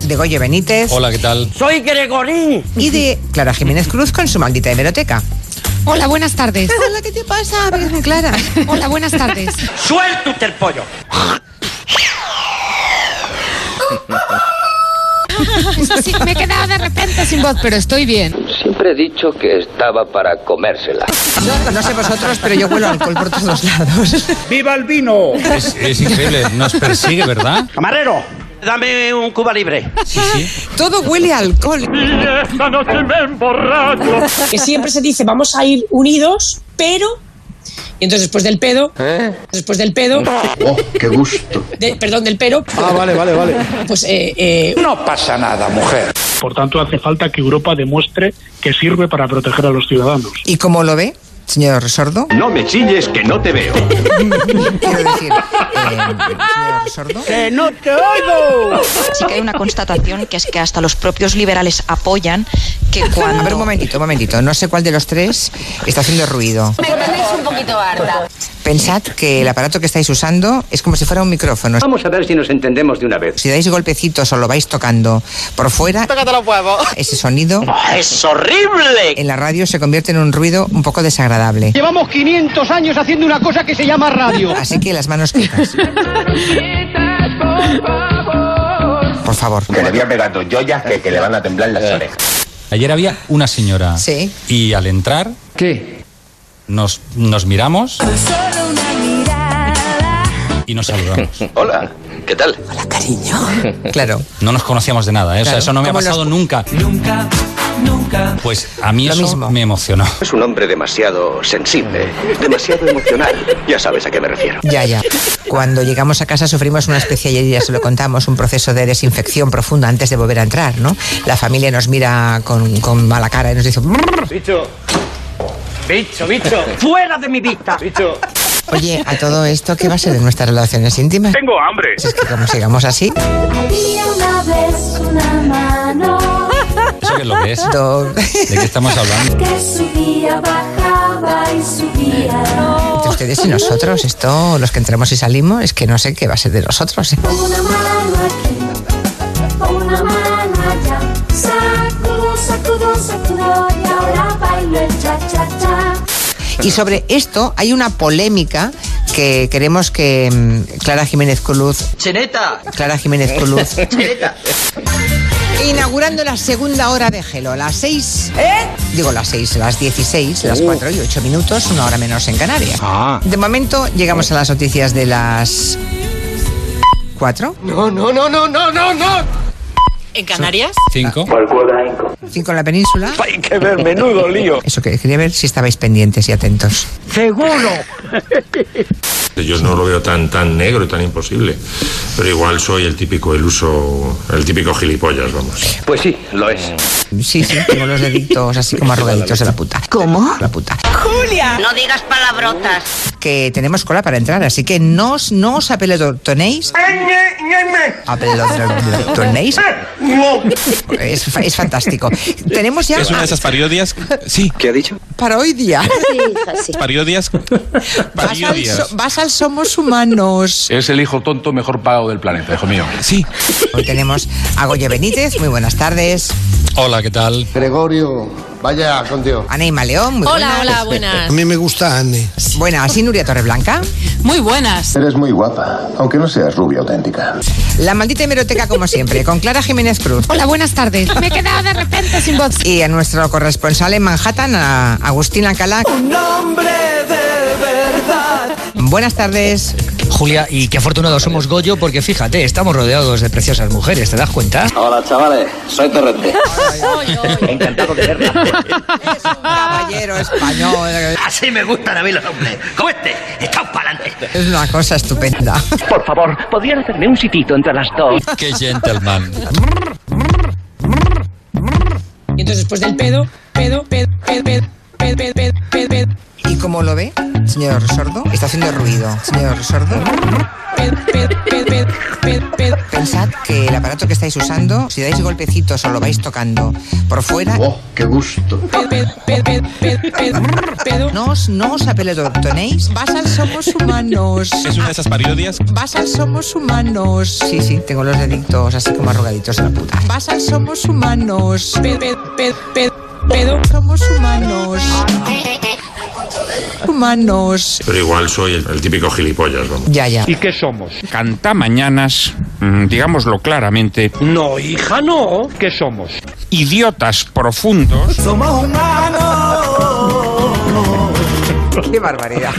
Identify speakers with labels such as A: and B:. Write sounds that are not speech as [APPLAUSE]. A: de Goyo Benítez
B: Hola, ¿qué tal?
C: Soy Gregorín.
A: y de Clara Jiménez Cruz con su maldita hemeroteca.
D: Hola, buenas
E: [LAUGHS]
D: tardes.
A: Hola, ¿qué te pasa, Virgen [LAUGHS] Clara?
D: Hola, buenas tardes.
C: Suéltate el pollo.
D: Eso sí, me he quedado de repente sin voz, pero estoy bien.
F: Siempre he dicho que estaba para comérsela.
A: No, no sé vosotros, pero yo huelo alcohol por todos lados.
G: ¡Viva el vino!
B: Es, es increíble, nos persigue, ¿verdad?
C: Camarero, dame un Cuba libre.
B: Sí, sí.
A: Todo huele a alcohol.
H: que siempre se dice vamos a ir unidos, pero... Y entonces después del pedo, después del pedo,
I: Oh, qué gusto.
H: de- perdón, del pero,
I: Ah, vale, vale, vale.
H: pues eh, eh,
G: No pasa nada, mujer.
J: Por tanto, hace falta que Europa demuestre que sirve para proteger a los ciudadanos.
A: ¿Y cómo lo ve, señor Sordo?
F: No me chilles que no te veo.
A: Quiero decir, eh, señor Sordo.
C: ¡Que no te oigo!
E: Sí que hay una constatación que es que hasta los propios liberales apoyan
A: [LAUGHS]
E: que
A: A ver, un
E: cuando...
A: momentito, un momentito. No sé cuál de los tres está haciendo ruido.
E: Me tenéis un poquito harta.
A: Pensad que el aparato que estáis usando es como si fuera un micrófono.
F: Vamos a ver si nos entendemos de una vez.
A: Si dais golpecitos o lo vais tocando por fuera, ese
C: [LAUGHS]
A: sonido
C: ¡Oh, ¡Es horrible!
A: en la radio se convierte en un ruido un poco desagradable.
C: Llevamos 500 años haciendo una cosa que se llama radio.
A: Así que las manos quietas. Por favor.
I: Que le voy a pegar dos joyas que, que le van a temblar las orejas.
B: Ayer había una señora.
A: Sí.
B: Y al entrar,
I: ¿Qué?
B: nos, nos miramos. Y nos saludamos.
F: Hola, ¿qué tal?
A: Claro.
B: No nos conocíamos de nada, ¿eh?
A: Claro.
B: o sea, eso no me ha
A: Como los-
B: pasado nunca. Nunca, nunca. Pues a mí
A: Lo
B: eso
A: mismo.
B: me emocionó.
F: Es un hombre demasiado sensible, demasiado emocional. Ya sabes a qué me refiero.
A: Ya, ya. Cuando llegamos a casa sufrimos una especie, ayer ya se lo contamos, un proceso de desinfección profunda antes de volver a entrar, ¿no? La familia nos mira con, con mala cara y nos dice, "Brrr".
C: Bicho, bicho. ¡Fuera de mi vista!
A: oye, a todo esto, ¿qué va a ser de nuestras relaciones íntimas?
J: Tengo hambre.
A: Si es que como sigamos así,
B: ¿Eso qué es lo que es?
A: to-
B: ¿De qué estamos
A: [LAUGHS]
B: hablando?
A: entre ustedes y nosotros, esto, los que entramos y salimos, es que no sé qué va a ser de nosotros. ¿eh? Y sobre esto hay una polémica que queremos que mm, Clara Jiménez Cruz,
C: ¡Cheneta!
A: Clara Jiménez Cruz,
C: [LAUGHS] ¡Cheneta!
A: Inaugurando la segunda hora de Gelo, las 6. Digo las 6, las 16, las 4 y 8 minutos, una hora menos en Canarias.
B: Ah.
A: De momento llegamos a las noticias de las 4,
H: ¿en Canarias?
B: Cinco.
A: 5 en la península.
G: Hay que ver, menudo lío.
A: Eso que quería ver si estabais pendientes y atentos.
C: ¡Seguro!
K: Yo no lo veo tan tan negro y tan imposible, pero igual soy el típico el uso, el típico gilipollas, vamos.
F: Pues sí, lo es.
A: Sí, sí, tengo los deditos así
B: [LAUGHS]
A: como arrugaditos de la puta. ¿Cómo? La puta.
E: No digas palabrotas.
A: Que tenemos cola para entrar, así que no, os- no os apelotonéis. Apelotonéis. Es, fa- es fantástico. Tenemos ya.
B: Es una de esas parodias. Sí,
F: ¿Qué ha dicho?
A: para hoy
B: [LAUGHS]
A: día.
B: parodias.
A: Vas al,
B: Parodias.
A: so- vas al Somos
B: [LAUGHS]
A: Humanos.
G: Es el hijo tonto mejor pagado del planeta, hijo mío.
B: Sí.
A: Hoy tenemos a Goyo Benítez, muy buenas tardes.
B: Hola, ¿qué tal?
I: Gregorio, vaya con Dios.
A: A Neima León, muy
D: Hola, hola,
A: buenas.
D: buenas.
K: mí me gusta Anne.
A: Buenas, y Nuria Torreblanca.
D: Muy buenas.
I: Eres muy guapa, aunque no seas rubia auténtica.
A: La maldita hemeroteca, como siempre, con Clara Jiménez Cruz.
D: Hola, buenas tardes. Me he quedado de repente sin voz.
A: Y a nuestro corresponsal en Manhattan, a Agustín Alcalá. Un hombre de verdad. Buenas tardes.
C: Julia, y qué afortunados somos Goyo, porque fíjate, estamos rodeados de preciosas mujeres, ¿te das cuenta?
F: Hola, chavales, soy Torrente. Encantado de verla.
A: Es un caballero español.
C: Así me gustan a mí los hombres. Como este, echaos para adelante.
A: Es una cosa estupenda.
C: Por favor, ¿podrían hacerme un sitito entre las dos?
B: Qué gentleman.
H: y entonces después del pedo, pedo, pedo, pedo, pedo, pedo, pedo, pedo, pedo, pedo.
A: ¿Y cómo lo ve, señor Sordo? Está haciendo ruido. Señor Sordo. Pensad que el aparato que estáis usando, si dais golpecitos o lo vais tocando por fuera. ¡Oh, qué gusto! No os, no os apelotonéis. Vas al somos humanos.
B: Es una de esas parodias.
A: Vas al somos humanos. Sí, sí, tengo los deditos así como arrugaditos de la puta. Vas al somos humanos. Pe- pe- pe- pe- Pedo, somos humanos. Humanos.
K: Pero igual soy el, el típico gilipollas, vamos.
A: Ya, ya.
L: ¿Y qué somos? Canta mañanas, mm, digámoslo claramente. No, hija, no. ¿Qué somos? Idiotas profundos.
A: ¡Qué barbaridad!